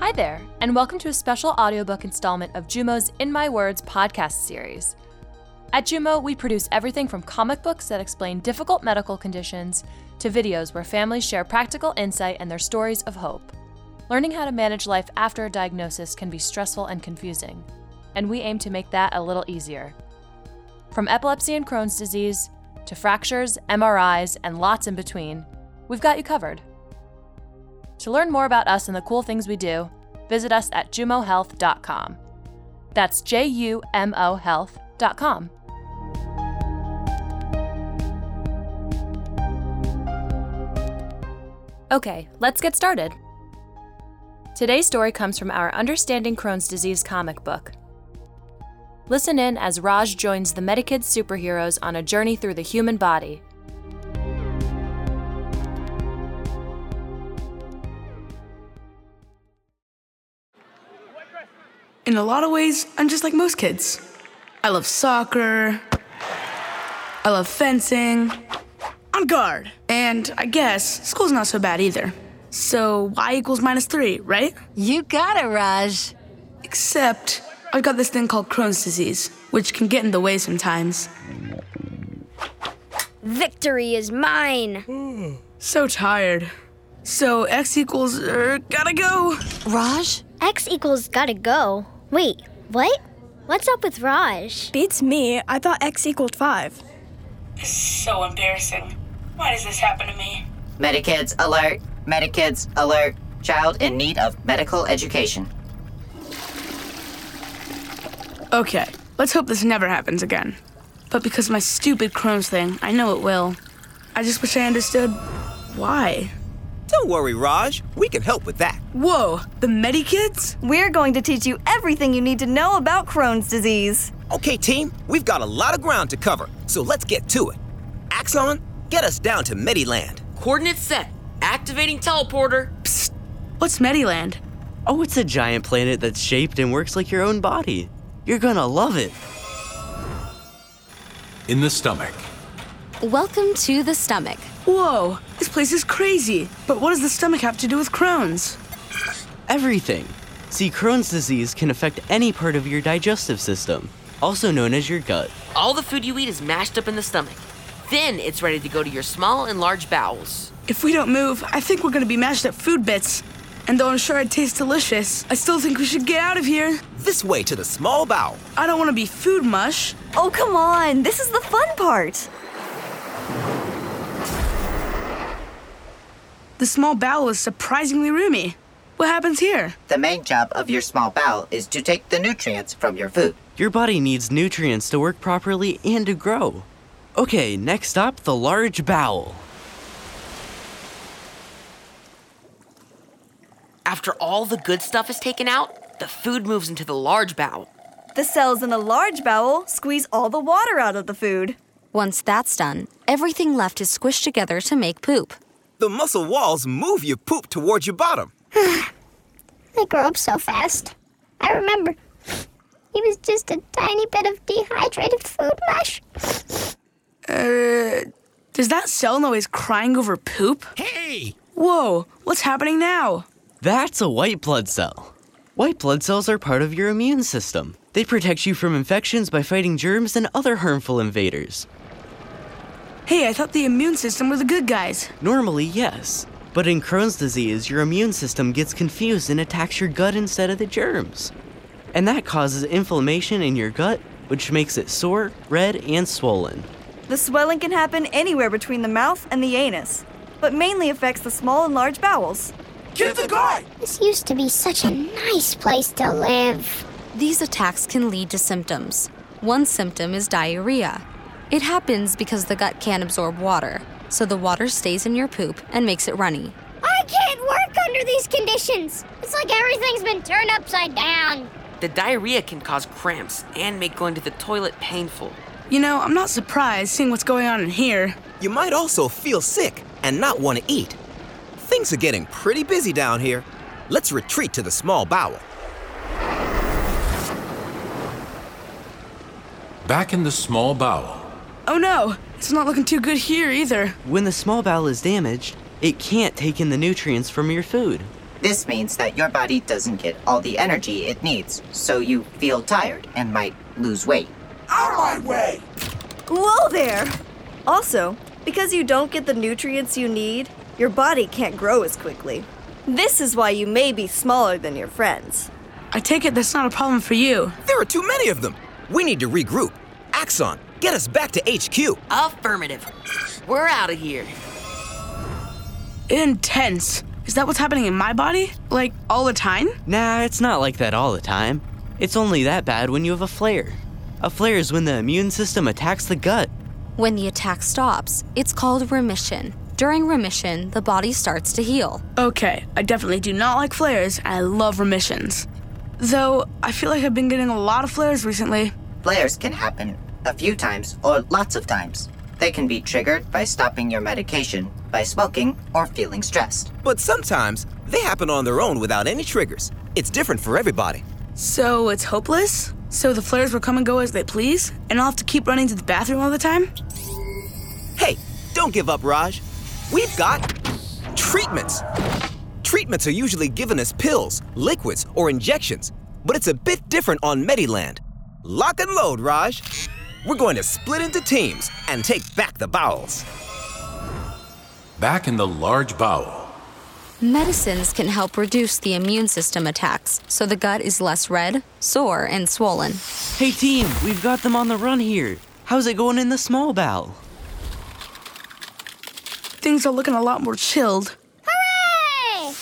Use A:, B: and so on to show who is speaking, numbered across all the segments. A: Hi there, and welcome to a special audiobook installment of Jumo's In My Words podcast series. At Jumo, we produce everything from comic books that explain difficult medical conditions to videos where families share practical insight and their stories of hope. Learning how to manage life after a diagnosis can be stressful and confusing, and we aim to make that a little easier. From epilepsy and Crohn's disease to fractures, MRIs, and lots in between, we've got you covered. To learn more about us and the cool things we do, visit us at jumohealth.com. That's J U M O health.com. Okay, let's get started. Today's story comes from our Understanding Crohn's Disease comic book. Listen in as Raj joins the Medikids superheroes on a journey through the human body.
B: In a lot of ways, I'm just like most kids. I love soccer. I love fencing. I'm guard. And I guess school's not so bad either. So y equals minus three, right?
C: You got it, Raj.
B: Except I've got this thing called Crohn's disease, which can get in the way sometimes.
D: Victory is mine.
B: So tired. So x equals er, gotta go.
C: Raj?
D: X equals gotta go. Wait, what? What's up with Raj?
E: Beats me. I thought x equaled 5.
F: so embarrassing. Why does this happen to me?
G: Medikids alert! Medikids alert! Child in need of medical education.
B: Okay, let's hope this never happens again. But because of my stupid Crohn's thing, I know it will. I just wish I understood why.
H: Don't worry, Raj. We can help with that.
B: Whoa, the Medikids?
I: We're going to teach you everything you need to know about Crohn's disease.
H: Okay, team, we've got a lot of ground to cover, so let's get to it. Axon, get us down to Mediland.
J: Coordinates set. Activating teleporter.
B: What's Mediland?
K: Oh, it's a giant planet that's shaped and works like your own body. You're gonna love it.
L: In the stomach.
C: Welcome to the stomach.
B: Whoa, this place is crazy. But what does the stomach have to do with Crohn's?
K: Everything. See, Crohn's disease can affect any part of your digestive system, also known as your gut.
J: All the food you eat is mashed up in the stomach. Then it's ready to go to your small and large bowels.
B: If we don't move, I think we're gonna be mashed up food bits. And though I'm sure it tastes delicious, I still think we should get out of here.
H: This way to the small bowel.
B: I don't wanna be food mush.
I: Oh, come on. This is the fun part.
B: The small bowel is surprisingly roomy. What happens here?
G: The main job of your small bowel is to take the nutrients from your food.
K: Your body needs nutrients to work properly and to grow. Okay, next up, the large bowel.
J: After all the good stuff is taken out, the food moves into the large bowel.
I: The cells in the large bowel squeeze all the water out of the food.
C: Once that's done, everything left is squished together to make poop.
H: The muscle walls move your poop towards your bottom.
D: They grow up so fast. I remember. He was just a tiny bit of dehydrated food mush.
B: Does that cell know he's crying over poop?
L: Hey!
B: Whoa, what's happening now?
K: That's a white blood cell. White blood cells are part of your immune system. They protect you from infections by fighting germs and other harmful invaders.
B: Hey, I thought the immune system were the good guys.
K: Normally, yes. But in Crohn's disease, your immune system gets confused and attacks your gut instead of the germs. And that causes inflammation in your gut, which makes it sore, red, and swollen.
I: The swelling can happen anywhere between the mouth and the anus, but mainly affects the small and large bowels.
H: Get the guy!
D: This used to be such a nice place to live.
C: These attacks can lead to symptoms. One symptom is diarrhea. It happens because the gut can't absorb water, so the water stays in your poop and makes it runny.
D: I can't work under these conditions. It's like everything's been turned upside down.
J: The diarrhea can cause cramps and make going to the toilet painful.
B: You know, I'm not surprised seeing what's going on in here.
H: You might also feel sick and not want to eat. Things are getting pretty busy down here. Let's retreat to the small bowel.
L: Back in the small bowel.
B: Oh no, it's not looking too good here either.
K: When the small bowel is damaged, it can't take in the nutrients from your food.
G: This means that your body doesn't get all the energy it needs, so you feel tired and might lose weight.
I: Out of my way! Whoa there! Also, because you don't get the nutrients you need, your body can't grow as quickly. This is why you may be smaller than your friends.
B: I take it that's not a problem for you.
H: There are too many of them. We need to regroup. Axon, get us back to HQ.
J: Affirmative. We're out of here.
B: Intense. Is that what's happening in my body? Like, all the time?
K: Nah, it's not like that all the time. It's only that bad when you have a flare. A flare is when the immune system attacks the gut.
C: When the attack stops, it's called remission. During remission, the body starts to heal.
B: Okay, I definitely do not like flares. I love remissions. Though, I feel like I've been getting a lot of flares recently.
G: Flares can happen a few times or lots of times. They can be triggered by stopping your medication, by smoking, or feeling stressed.
H: But sometimes they happen on their own without any triggers. It's different for everybody.
B: So it's hopeless? So the flares will come and go as they please? And I'll have to keep running to the bathroom all the time?
H: Hey, don't give up, Raj. We've got treatments. Treatments are usually given as pills, liquids, or injections, but it's a bit different on Mediland. Lock and load, Raj. We're going to split into teams and take back the bowels.
L: Back in the large bowel.
C: Medicines can help reduce the immune system attacks so the gut is less red, sore, and swollen.
K: Hey, team, we've got them on the run here. How's it going in the small bowel?
B: Things are looking a lot more chilled.
D: Hooray!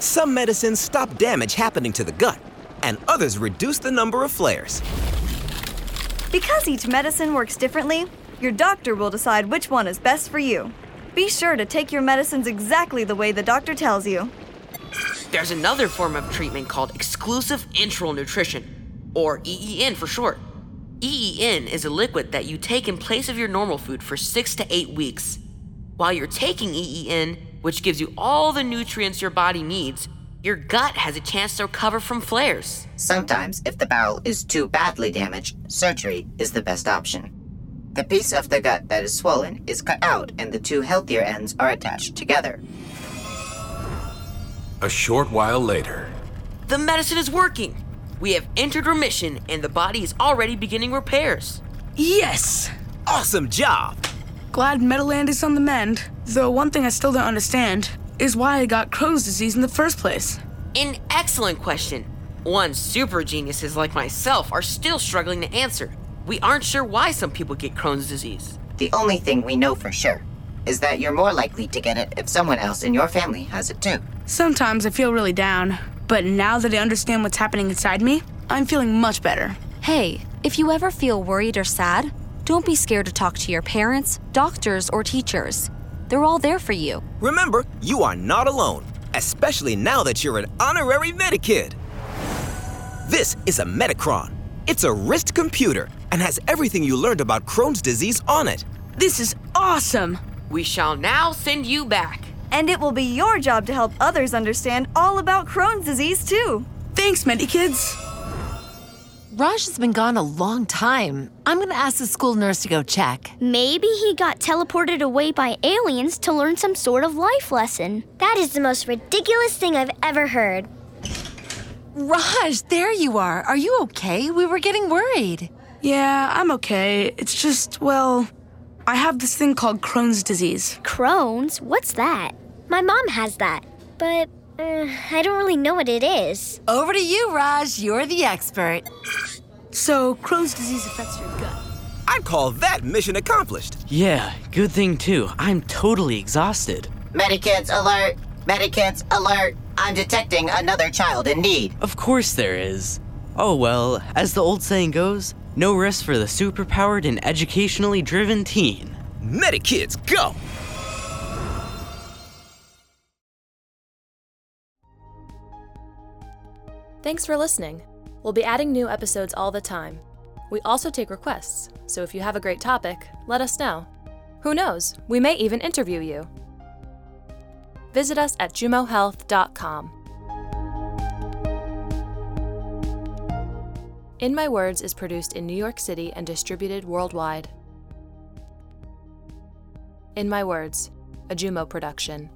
H: Some medicines stop damage happening to the gut, and others reduce the number of flares.
I: Because each medicine works differently, your doctor will decide which one is best for you. Be sure to take your medicines exactly the way the doctor tells you.
J: There's another form of treatment called exclusive enteral nutrition, or EEN for short. EEN is a liquid that you take in place of your normal food for six to eight weeks. While you're taking EEN, which gives you all the nutrients your body needs, your gut has a chance to recover from flares.
G: Sometimes, if the bowel is too badly damaged, surgery is the best option. The piece of the gut that is swollen is cut out and the two healthier ends are attached together.
L: A short while later.
J: The medicine is working. We have entered remission and the body is already beginning repairs.
B: Yes!
H: Awesome job!
B: Glad Meadowland is on the mend, though one thing I still don't understand is why I got Crohn's disease in the first place.
J: An excellent question. One super geniuses like myself are still struggling to answer. We aren't sure why some people get Crohn's disease.
G: The only thing we know for sure is that you're more likely to get it if someone else in your family has it too.
B: Sometimes I feel really down, but now that I understand what's happening inside me, I'm feeling much better.
C: Hey, if you ever feel worried or sad, don't be scared to talk to your parents, doctors, or teachers. They're all there for you.
H: Remember, you are not alone, especially now that you're an honorary Medikid. This is a Medicron. It's a wrist computer and has everything you learned about Crohn's disease on it.
B: This is awesome!
J: We shall now send you back.
I: And it will be your job to help others understand all about Crohn's disease, too.
B: Thanks, Medikids!
M: Raj has been gone a long time. I'm going to ask the school nurse to go check.
N: Maybe he got teleported away by aliens to learn some sort of life lesson.
D: That is the most ridiculous thing I've ever heard.
M: Raj, there you are. Are you okay? We were getting worried.
B: Yeah, I'm okay. It's just, well, I have this thing called Crohn's disease.
N: Crohn's?
D: What's that? My mom has that, but uh, I don't really know what it is.
M: Over to you, Raj. You're the expert.
B: So, Crohn's disease affects your gut.
H: I'd call that mission accomplished.
K: Yeah, good thing too. I'm totally exhausted.
G: Medikids alert! Medikids alert! I'm detecting another child in need.
K: Of course there is. Oh well, as the old saying goes, no rest for the superpowered and educationally driven teen.
H: Medikids, go!
A: Thanks for listening. We'll be adding new episodes all the time. We also take requests, so if you have a great topic, let us know. Who knows, we may even interview you. Visit us at jumohealth.com. In My Words is produced in New York City and distributed worldwide. In My Words, a Jumo production.